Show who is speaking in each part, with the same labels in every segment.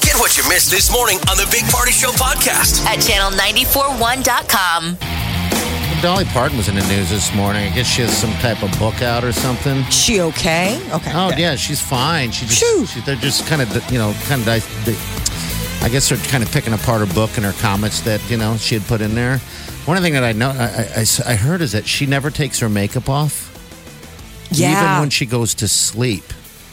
Speaker 1: Get what you missed this morning on the Big Party Show podcast.
Speaker 2: at channel941.com.
Speaker 3: Dolly Parton was in the news this morning. I guess she has some type of book out or something.
Speaker 4: She okay? Okay.
Speaker 3: Oh yeah, she's fine. She
Speaker 4: Shoo.
Speaker 3: just she, they're just kind of you know kind of I guess they're kind of picking apart her book and her comments that you know she had put in there. One thing that I know I, I- I s- I heard is that she never takes her makeup off, even
Speaker 4: Yeah.
Speaker 3: when she goes to sleep.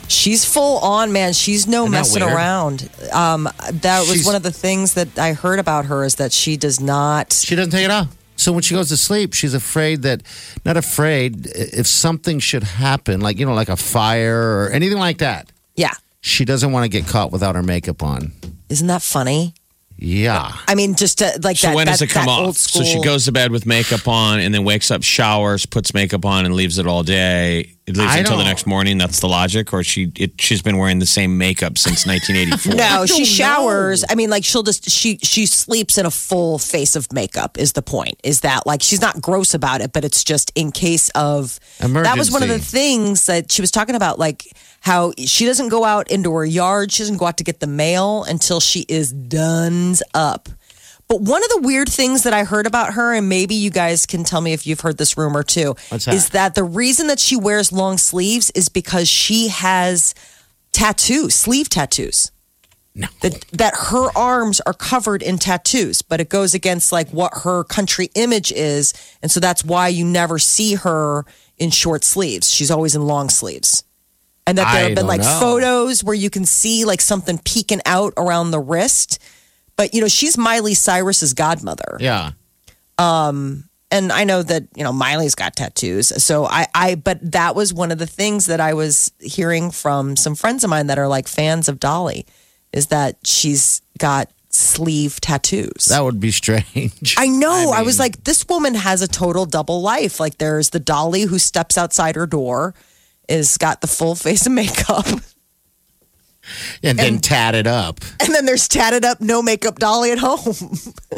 Speaker 4: She's full on, man. She's no
Speaker 3: Isn't that
Speaker 4: messing
Speaker 3: weird?
Speaker 4: around. Um, that was
Speaker 3: She's-
Speaker 4: one of the things that I heard about her is that she does not.
Speaker 3: She doesn't take it off. So when she goes to sleep, she's afraid that, not afraid, i- if something should happen, like you know, like a fire or anything like that,
Speaker 4: Yeah.
Speaker 3: she doesn't want to get caught without her makeup on.
Speaker 4: Isn't that funny?
Speaker 3: Yeah.
Speaker 4: I mean, just to, like
Speaker 5: So
Speaker 4: that.
Speaker 5: when
Speaker 4: that,
Speaker 5: does it come
Speaker 4: that
Speaker 5: off?
Speaker 4: Old
Speaker 5: So
Speaker 4: school,
Speaker 5: she goes to bed with makeup on and then wakes up, showers, puts makeup on, and leaves it all day. It leaves
Speaker 3: I
Speaker 5: until the
Speaker 3: don't-
Speaker 5: next morning. That's the logic, or she it, she's been wearing the same makeup since 1984.
Speaker 4: No, she showers. I mean, like she'll just she she sleeps in a full face of makeup. Is the point? Is that like she's not gross about it, but it's just in case of That was one of the things that she was talking about, like how she doesn't go out into her yard. She doesn't go out to get the mail until she is done up. But one of the weird things that I heard about her, and maybe you guys can tell me if you've heard this rumor too,
Speaker 3: What's
Speaker 4: is
Speaker 3: that?
Speaker 4: that the reason that she wears long sleeves is because she has tattoos, sleeve tattoos. That, that her arms are covered in tattoos, but it goes against like what her country image is, and so that's why you never see her in short sleeves. She's always in long sleeves, and that there
Speaker 3: I
Speaker 4: have
Speaker 3: don't
Speaker 4: been like
Speaker 3: know.
Speaker 4: photos where you can see like something peeking out around the wrist. But you know, she's Miley Cyrus's godmother
Speaker 3: Yeah.
Speaker 4: and I know that you know Miley's got tattoos, so I, I, but that was one of the things that I was hearing from some friends of mine that are like fans of Dolly, is that she's got sleeve tattoos.
Speaker 3: That would be strange.
Speaker 4: I know. I, was like, this woman has a total double life. Like, there's the Dolly who steps outside her door, is got the full face of makeup,
Speaker 3: and then tat it up.
Speaker 4: and then there's tatted up, no makeup Dolly at home.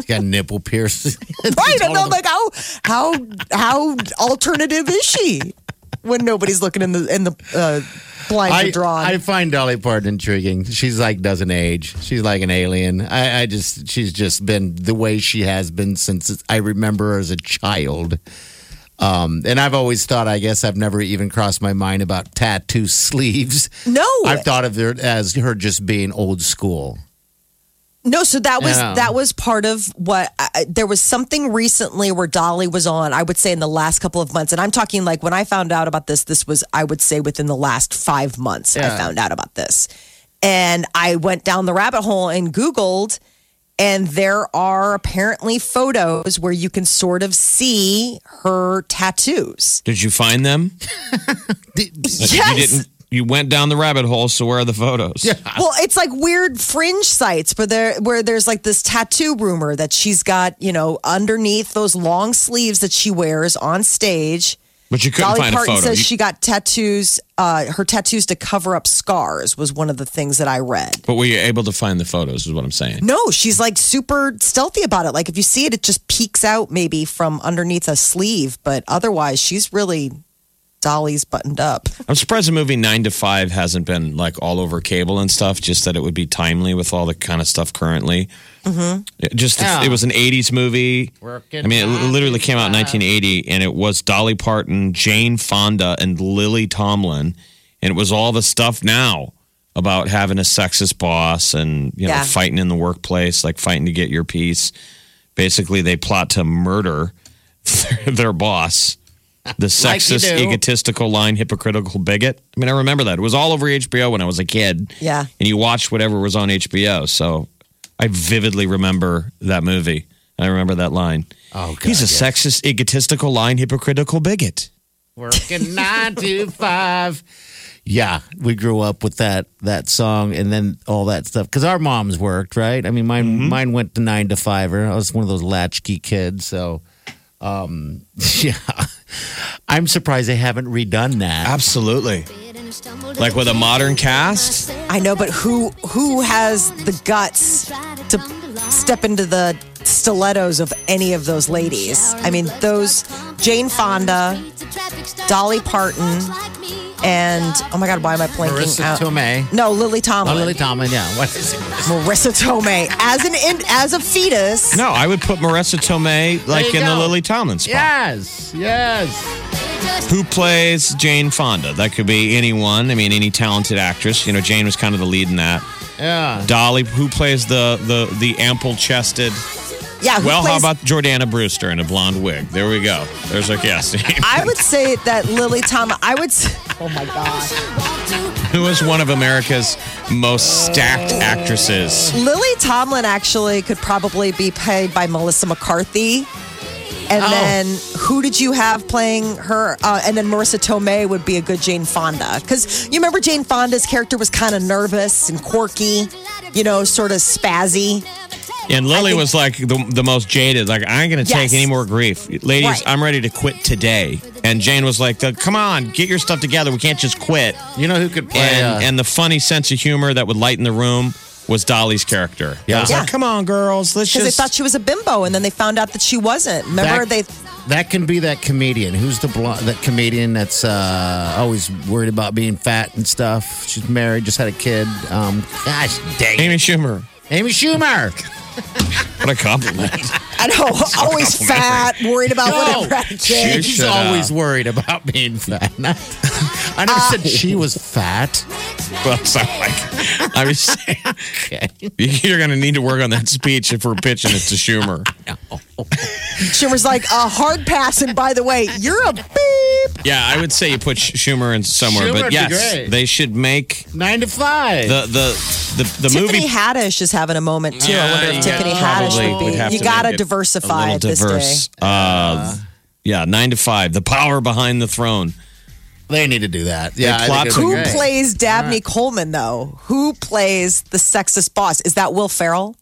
Speaker 3: Got nipple piercing.
Speaker 4: Right. And
Speaker 3: All
Speaker 4: I'm
Speaker 3: of them.
Speaker 4: like, how how how alternative is she when nobody's looking in the in the uh, blinds
Speaker 3: I,
Speaker 4: are drawn?
Speaker 3: I find Dolly Parton intriguing. She's like doesn't age. She's like an alien. I, I just she's just been the way she has been since I remember her as a child. Um, and I've always thought, I guess I've never even crossed my mind about tattoo sleeves.
Speaker 4: no,
Speaker 3: I've thought of her as her just being old school.
Speaker 4: no. So that was
Speaker 3: Yeah.
Speaker 4: that was part of what I, I- there was something recently where Dolly was on. I would say in the last couple of months, and I'm talking like when I found out about this. This was I would say within the last five months. I
Speaker 3: Yeah.
Speaker 4: found out about this, and I went down the rabbit hole and Googled. And there are apparently photos where you can sort of see her tattoos.
Speaker 5: Did you find them? Like,
Speaker 4: Yes.
Speaker 5: You didn't. You went down the rabbit hole. So where are the photos? Yeah.
Speaker 4: Well, it's like weird fringe sites where there where there's like this tattoo rumor that she's got, you know, underneath those long sleeves that she wears on stage.
Speaker 5: But you couldn't
Speaker 4: Dolly
Speaker 5: find
Speaker 4: Parton
Speaker 5: a photo.
Speaker 4: says
Speaker 5: You-
Speaker 4: she got tattoos, uh, her tattoos to cover up scars was one of the things that I read.
Speaker 5: but were you able to find the photos? Is what I'm saying.
Speaker 4: No, she's like super stealthy about it. Like if you see it, it just peeks out maybe from underneath a sleeve, but otherwise she's really Dolly's buttoned up.
Speaker 5: I'm surprised the movie Nine to Five hasn't been like all over cable and stuff. Just that it would be timely with all the kind of stuff currently. Mm-hmm. It just
Speaker 3: Yeah.
Speaker 5: it was an '80s movie.
Speaker 3: Working
Speaker 5: I mean, it
Speaker 3: nine
Speaker 5: literally came out in 1980, and it was Dolly Parton, Jane Fonda, and Lily Tomlin, and it was all the stuff now about having a sexist boss and you know
Speaker 4: Yeah.
Speaker 5: fighting in the workplace, like fighting to get your piece. Basically, they plot to murder their, their boss the
Speaker 3: Like you
Speaker 5: sexist,
Speaker 3: do.
Speaker 5: egotistical, line, hypocritical bigot. I mean, I remember that. It was all over HBO when I was a kid.
Speaker 4: Yeah.
Speaker 5: And you watched whatever was on HBO. So I vividly remember that movie. I remember that line.
Speaker 3: Oh, God,
Speaker 5: He's
Speaker 3: yes.
Speaker 5: a sexist, egotistical, line, hypocritical bigot.
Speaker 3: Working nine to five. Yeah, we grew up with that that song and then all that stuff because our moms worked, right? I mean, mine mine went to nine to five. Or I was one of those latchkey kids, so um, yeah. I'm surprised they haven't redone that.
Speaker 5: Absolutely. Like with a modern cast?
Speaker 4: I know, but who who has the guts to step into the stilettos of any of those ladies? I mean, those Jane Fonda, Dolly Parton, and oh my God, why am I blanking
Speaker 3: Marissa
Speaker 4: out?
Speaker 3: Tomei.
Speaker 4: No, Lily
Speaker 3: Oh,
Speaker 4: Tomlin.
Speaker 3: Lily Tomlin, yeah. What is it?
Speaker 4: Marissa Tomei as an in, as a fetus.
Speaker 5: No, I would put Marissa Tomei like
Speaker 3: you
Speaker 5: in the
Speaker 3: go.
Speaker 5: Lily Tomlin spot.
Speaker 3: Yes, yes.
Speaker 5: Who plays Jane Fonda? That could be anyone. I mean, any talented actress. You know, Jane was kind of the lead in that.
Speaker 3: Yeah.
Speaker 5: Dolly, who plays the the the ample chested.
Speaker 4: Yeah. Who
Speaker 5: Well,
Speaker 4: plays,
Speaker 5: how about Jordana Brewster in a blonde wig? There we go. There's our guest name.
Speaker 4: I would say that Lily Tomlin. I would. s- Oh my God.
Speaker 5: who is one of America's most stacked actresses?
Speaker 4: Lily Tomlin actually could probably be played by Melissa McCarthy. And then who did you have playing her? Uh, and then Marissa Tomei would be a good Jane Fonda. Because you remember Jane Fonda's character was kind of nervous and quirky, you know, sort of spazzy.
Speaker 5: And Lily was like the, the most jaded. Like, I ain't going to
Speaker 4: Yes.
Speaker 5: take any more grief. Ladies,
Speaker 4: Right.
Speaker 5: I'm ready to quit today. And Jane was like, come on, get your stuff together. We can't just quit.
Speaker 3: You know who could play?
Speaker 5: And,
Speaker 3: uh,
Speaker 5: and the funny sense of humor that would lighten the room was Dolly's character.
Speaker 3: Yeah.
Speaker 5: It was like,
Speaker 4: Yeah.
Speaker 5: come on, girls. Let's
Speaker 4: Because
Speaker 5: just.
Speaker 4: they thought she was a bimbo, and then they found out that she wasn't. Remember,
Speaker 3: that,
Speaker 4: they.
Speaker 3: that can be that comedian. Who's the blonde, that comedian that's uh, always worried about being fat and stuff? She's married, just had a kid. Um, gosh dang, Amy,
Speaker 5: Amy Schumer.
Speaker 3: Amy Schumer.
Speaker 5: What a compliment.
Speaker 4: I know, always fat, worried about whatever. I
Speaker 5: You
Speaker 4: did.
Speaker 3: she's
Speaker 5: should, uh,
Speaker 3: always worried about being fat. I never
Speaker 4: Uh,
Speaker 3: said she was fat.
Speaker 5: well, so like, I'm just saying, you're going to need to work on that speech if we're pitching it to Schumer.
Speaker 4: Schumer's like a hard pass, and by the way, you're a beep.
Speaker 5: Yeah, I would say you put Sch- Schumer in somewhere,
Speaker 3: Schumer'd
Speaker 5: but
Speaker 3: be
Speaker 5: yes,
Speaker 3: great.
Speaker 5: they should make
Speaker 3: Nine to five.
Speaker 5: the the the, the
Speaker 4: Tiffany
Speaker 5: movie.
Speaker 4: Haddish is having a moment too. I
Speaker 5: Yeah,
Speaker 4: wonder if
Speaker 5: yeah,
Speaker 4: Tiffany
Speaker 5: probably
Speaker 4: Haddish would be.
Speaker 5: have
Speaker 4: you
Speaker 5: to
Speaker 4: gotta
Speaker 5: make it
Speaker 4: diversify
Speaker 5: a
Speaker 4: at
Speaker 5: little
Speaker 4: this
Speaker 5: diverse.
Speaker 4: day.
Speaker 5: Uh, yeah, nine to five. The power behind the throne.
Speaker 3: they need to do that. Yeah, I think
Speaker 5: plot
Speaker 3: it'd be
Speaker 5: to-
Speaker 4: Who
Speaker 3: great.
Speaker 4: plays Dabney Coleman though? Who plays the sexist boss? Is that Will Ferrell?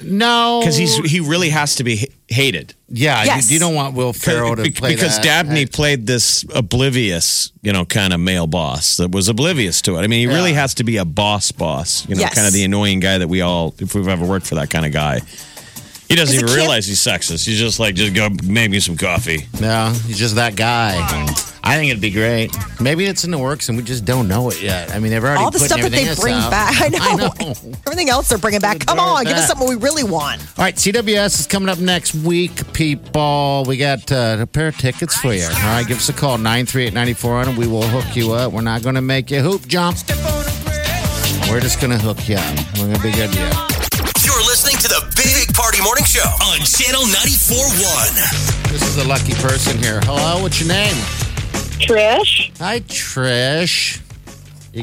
Speaker 3: No,
Speaker 5: Because
Speaker 4: Oh.
Speaker 5: he's he really has to be h- hated.
Speaker 3: yeah.
Speaker 4: Yes.
Speaker 3: You, you don't want Will Ferrell to
Speaker 5: Be-
Speaker 3: play
Speaker 5: because
Speaker 3: that.
Speaker 5: Dabney played this oblivious, you know, kind of male boss that was oblivious to it. I mean, he really has to be a boss boss, you know,
Speaker 4: Yes.
Speaker 5: kind of the annoying guy that we all, if we've ever worked for that kind of guy. He doesn't
Speaker 4: Is it
Speaker 5: even
Speaker 4: Kim-
Speaker 5: realize he's sexist. He's just like, just go make me some coffee.
Speaker 3: No, he's just that guy. I think it'd be great. Maybe it's in the works and we just don't know it yet. I mean, they've already
Speaker 4: All the
Speaker 3: put
Speaker 4: stuff that
Speaker 3: everything
Speaker 4: they
Speaker 3: else
Speaker 4: bring
Speaker 3: out.
Speaker 4: back. I know. Everything else they're bringing back. Come
Speaker 3: Ignore
Speaker 4: on, give us
Speaker 3: that.
Speaker 4: something we really want.
Speaker 3: All right, CWS is coming up next week, people. We got uh, a pair of tickets for you. All right, give us a call 938-9400. We will hook you up. We're not going to make you hoop jump. We're just going to hook you up. We're going to be good to you.
Speaker 1: You're listening to the Big Party Morning Show on Channel 94.1.
Speaker 3: This is a lucky person here. Hello, what's your name?
Speaker 6: Trish?
Speaker 3: Hi, Trish. You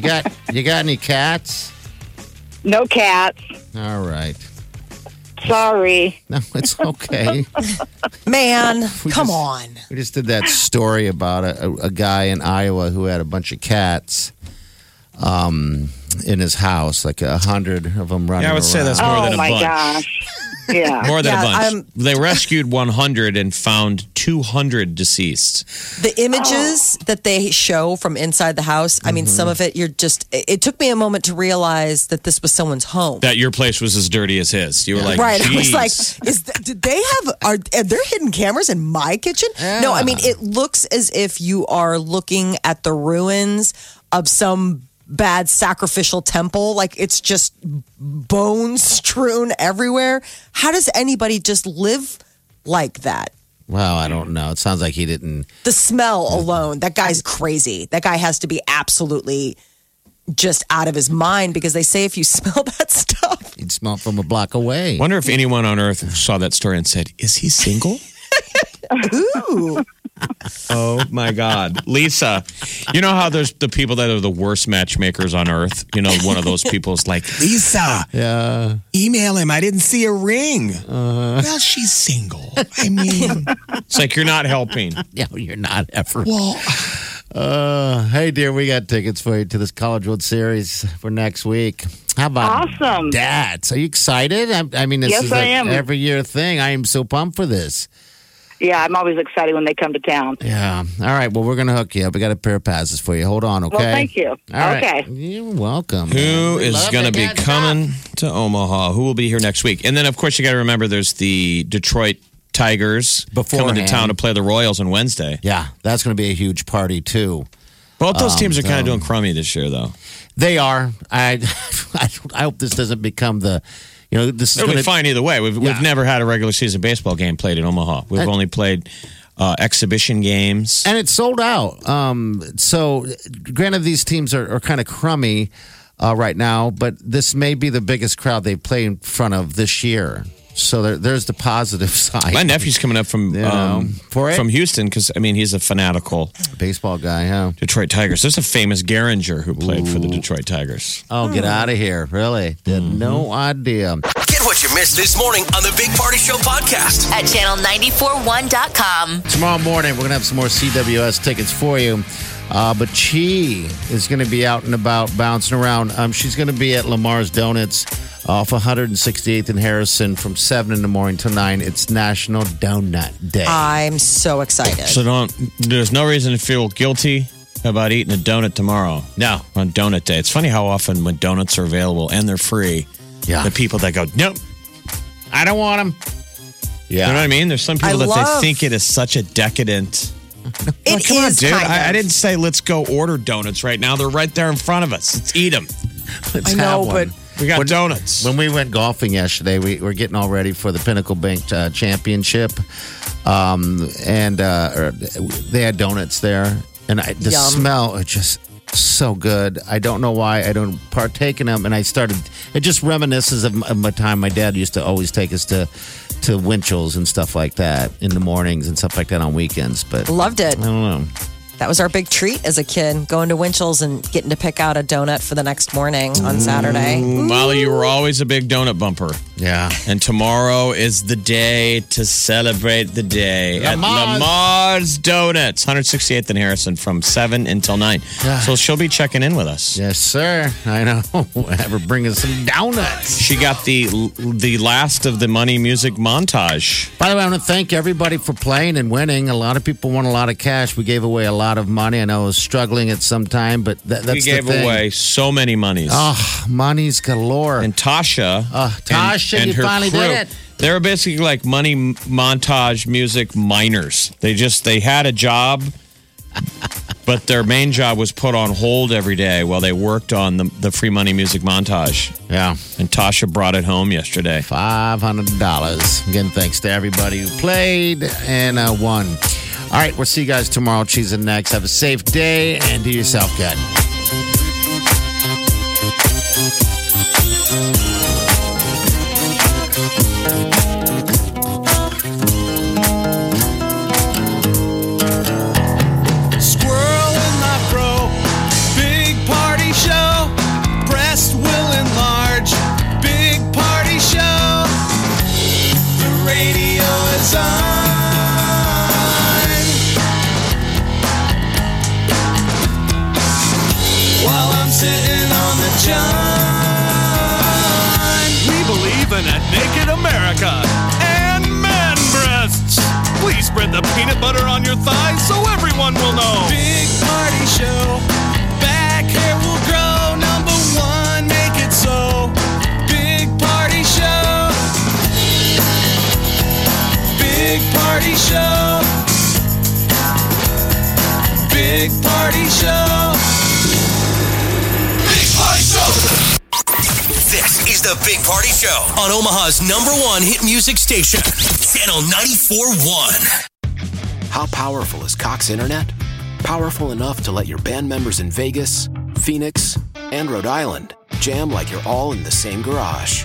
Speaker 3: got you got any cats?
Speaker 6: No cats.
Speaker 3: All right.
Speaker 6: Sorry.
Speaker 3: No, it's okay.
Speaker 4: Man,
Speaker 3: We
Speaker 4: come
Speaker 3: just-
Speaker 4: on.
Speaker 3: We just did that story about a, a, a guy in Iowa who had a bunch of cats um, in his house, like a hundred of them running.
Speaker 5: Yeah, I would say that's
Speaker 3: around.
Speaker 5: more
Speaker 6: oh
Speaker 5: than a
Speaker 6: my
Speaker 5: bunch.
Speaker 6: gosh. Yeah.
Speaker 5: More than
Speaker 4: Yeah,
Speaker 5: a bunch.
Speaker 4: I'm-
Speaker 5: they rescued 100 and found 200 deceased.
Speaker 4: The images that they show from inside the house, I mean, some of it you're just it, it took me a moment to realize that this was someone's home.
Speaker 5: That your place was as dirty as his. You were like,
Speaker 4: right. I
Speaker 5: Geez.
Speaker 4: was like, is th- did they have are, are there hidden cameras in my kitchen? No, I mean it looks as if you are looking at the ruins of some bad sacrificial temple. Like it's just bones strewn everywhere. How does anybody just live like that?
Speaker 3: Well, I don't know. It sounds like he didn't.
Speaker 4: The smell alone, that guy's crazy. That guy has to be absolutely just out of his mind because they say if you smell that stuff,
Speaker 3: He'd smell it from a block away.
Speaker 5: wonder if anyone on earth saw that story and said, Is he single?
Speaker 4: ooh.
Speaker 5: Oh my God, Lisa! You know how there's the people that are the worst matchmakers on earth. You know, one of those people is like, Lisa,
Speaker 3: Yeah.
Speaker 5: email him. I didn't see a ring.
Speaker 7: Uh-huh.
Speaker 5: Well, she's single. I mean, it's like you're not helping.
Speaker 3: No, you're not ever.
Speaker 5: Well,
Speaker 3: Uh, hey, dear, we got tickets for you to this College World Series for next week. How about
Speaker 6: Awesome.
Speaker 3: that? Are you excited? I, I mean, this
Speaker 6: Yes,
Speaker 3: is
Speaker 6: I
Speaker 3: like
Speaker 6: am.
Speaker 3: every year thing. I am so pumped for this.
Speaker 6: Yeah, I'm always excited when they come to town.
Speaker 3: Yeah. All right. Well, we're going to hook you up. We got a pair of passes for you. Hold on, okay?
Speaker 6: Well, thank you.
Speaker 3: All right.
Speaker 6: Okay.
Speaker 3: You're welcome.
Speaker 5: who is
Speaker 3: Love
Speaker 5: going to
Speaker 3: it,
Speaker 5: be
Speaker 3: Dad.
Speaker 5: coming to Omaha? Who will be here next week? And then, of course, you got to remember there's the Detroit Tigers coming to
Speaker 3: Beforehand.
Speaker 5: town to play the Royals on Wednesday.
Speaker 3: Yeah, that's going to be a huge party, too.
Speaker 5: Both
Speaker 3: Oh,
Speaker 5: those teams are kind of doing crummy this year, though.
Speaker 3: They are. I, I, I hope this doesn't become the, you know, this is
Speaker 5: It'll
Speaker 3: going
Speaker 5: be fine either way. We've,
Speaker 3: Yeah.
Speaker 5: we've never had a regular season baseball game played in Omaha. We've
Speaker 3: That-
Speaker 5: only played uh, exhibition games.
Speaker 3: and it's sold out. Um, so, granted, these teams are, are kind of crummy uh, right now, but this may be the biggest crowd they play in front of this year. So there, there's the positive side.
Speaker 5: My nephew's coming up from
Speaker 3: know,
Speaker 5: um,
Speaker 3: for it.
Speaker 5: from Houston because I mean he's a fanatical
Speaker 3: baseball guy, huh?
Speaker 5: Detroit Tigers. There's a famous Garinger who played for the Detroit Tigers.
Speaker 3: Oh, get out of here! Really? Did no idea.
Speaker 1: Get what you missed this morning on the Big Party Show podcast.
Speaker 2: at channel941.com.
Speaker 3: Tomorrow morning, we're going to have some more CWS tickets for you. Uh, but she is going to be out and about bouncing around. Um, she's going to be at Lamar's Donuts off 168th and Harrison from 7 in the morning till 9. It's National Donut Day.
Speaker 4: I'm so excited.
Speaker 5: So don't. There's no reason to feel guilty about eating a donut tomorrow. No, on Donut Day. It's funny how often when donuts are available and they're free,
Speaker 3: yeah.
Speaker 5: the people that go nope.
Speaker 3: I don't want them. Yeah.
Speaker 5: You know what I mean? There's some people
Speaker 4: I
Speaker 5: that
Speaker 4: love-
Speaker 5: they think it is such a decadent.
Speaker 4: It
Speaker 5: Come
Speaker 4: is
Speaker 5: on, dude.
Speaker 4: kind
Speaker 5: I, I
Speaker 4: of.
Speaker 5: didn't say let's go order donuts right now. They're right there in front of us. Let's eat them.
Speaker 3: Let's
Speaker 4: I know,
Speaker 3: have one.
Speaker 4: but-
Speaker 5: We got
Speaker 3: When-
Speaker 5: donuts.
Speaker 3: When we went golfing yesterday, we were getting all ready for the Pinnacle Bank uh, Championship, um, and uh, or they had donuts there, and I, the
Speaker 4: Yum.
Speaker 3: smell is just so good. I don't know why I don't partake in them, and I started. It just reminisces of, m- of my time. My dad used to always take us to to Winchell's and stuff like that in the mornings and stuff like that on weekends. But I
Speaker 4: Loved it.
Speaker 3: don't know.
Speaker 4: That was our big treat as a kid, going to Winchell's and getting to pick out a donut for the next morning on Saturday.
Speaker 5: Molly, you were always a big donut bumper.
Speaker 3: Yeah.
Speaker 5: And tomorrow is the day to celebrate the day at
Speaker 3: Lamar's.
Speaker 5: Lamar's Donuts, 168th and Harrison from 7 until 9. So she'll be checking in with us.
Speaker 3: Yes, sir. I know. Have her bring us some donuts.
Speaker 5: She got the the last of the money music montage.
Speaker 3: By the way, I want to thank everybody for playing and winning. A lot of people won a lot of cash. We gave away a lot of money. I know I was struggling at some time, but tha- that's
Speaker 5: we gave
Speaker 3: the thing.
Speaker 5: away so many monies.
Speaker 3: Oh, money's galore.
Speaker 5: And Tasha,
Speaker 3: Uh, Tasha, you finally did it.
Speaker 5: They were basically like money m- montage music miners. They just they had a job, but their main job was put on hold every day while they worked on the, the free money music montage.
Speaker 3: yeah,
Speaker 5: And Tasha brought it home yesterday.
Speaker 3: five hundred dollars. Again, thanks to everybody who played and uh, won. All right, we'll see you guys tomorrow. Cheese and next. Have a safe day and do yourself good.
Speaker 7: Squirrel in my fro. Big party show. Breast will enlarge. Big party show. The radio is on. While I'm sitting on the john. We believe in a naked America and man breasts. Please spread the peanut butter on your thighs so everyone will know. Big party show. Back hair will grow. Number one, make it so. Big party show. Big party show. Big party show.
Speaker 1: Big Party Show. This is the Big Party Show on Omaha's number one hit music station, Channel 94.1.
Speaker 8: How powerful is Cox Internet? Powerful enough to let your band members in Vegas, Phoenix, and Rhode Island jam like you're all in the same garage.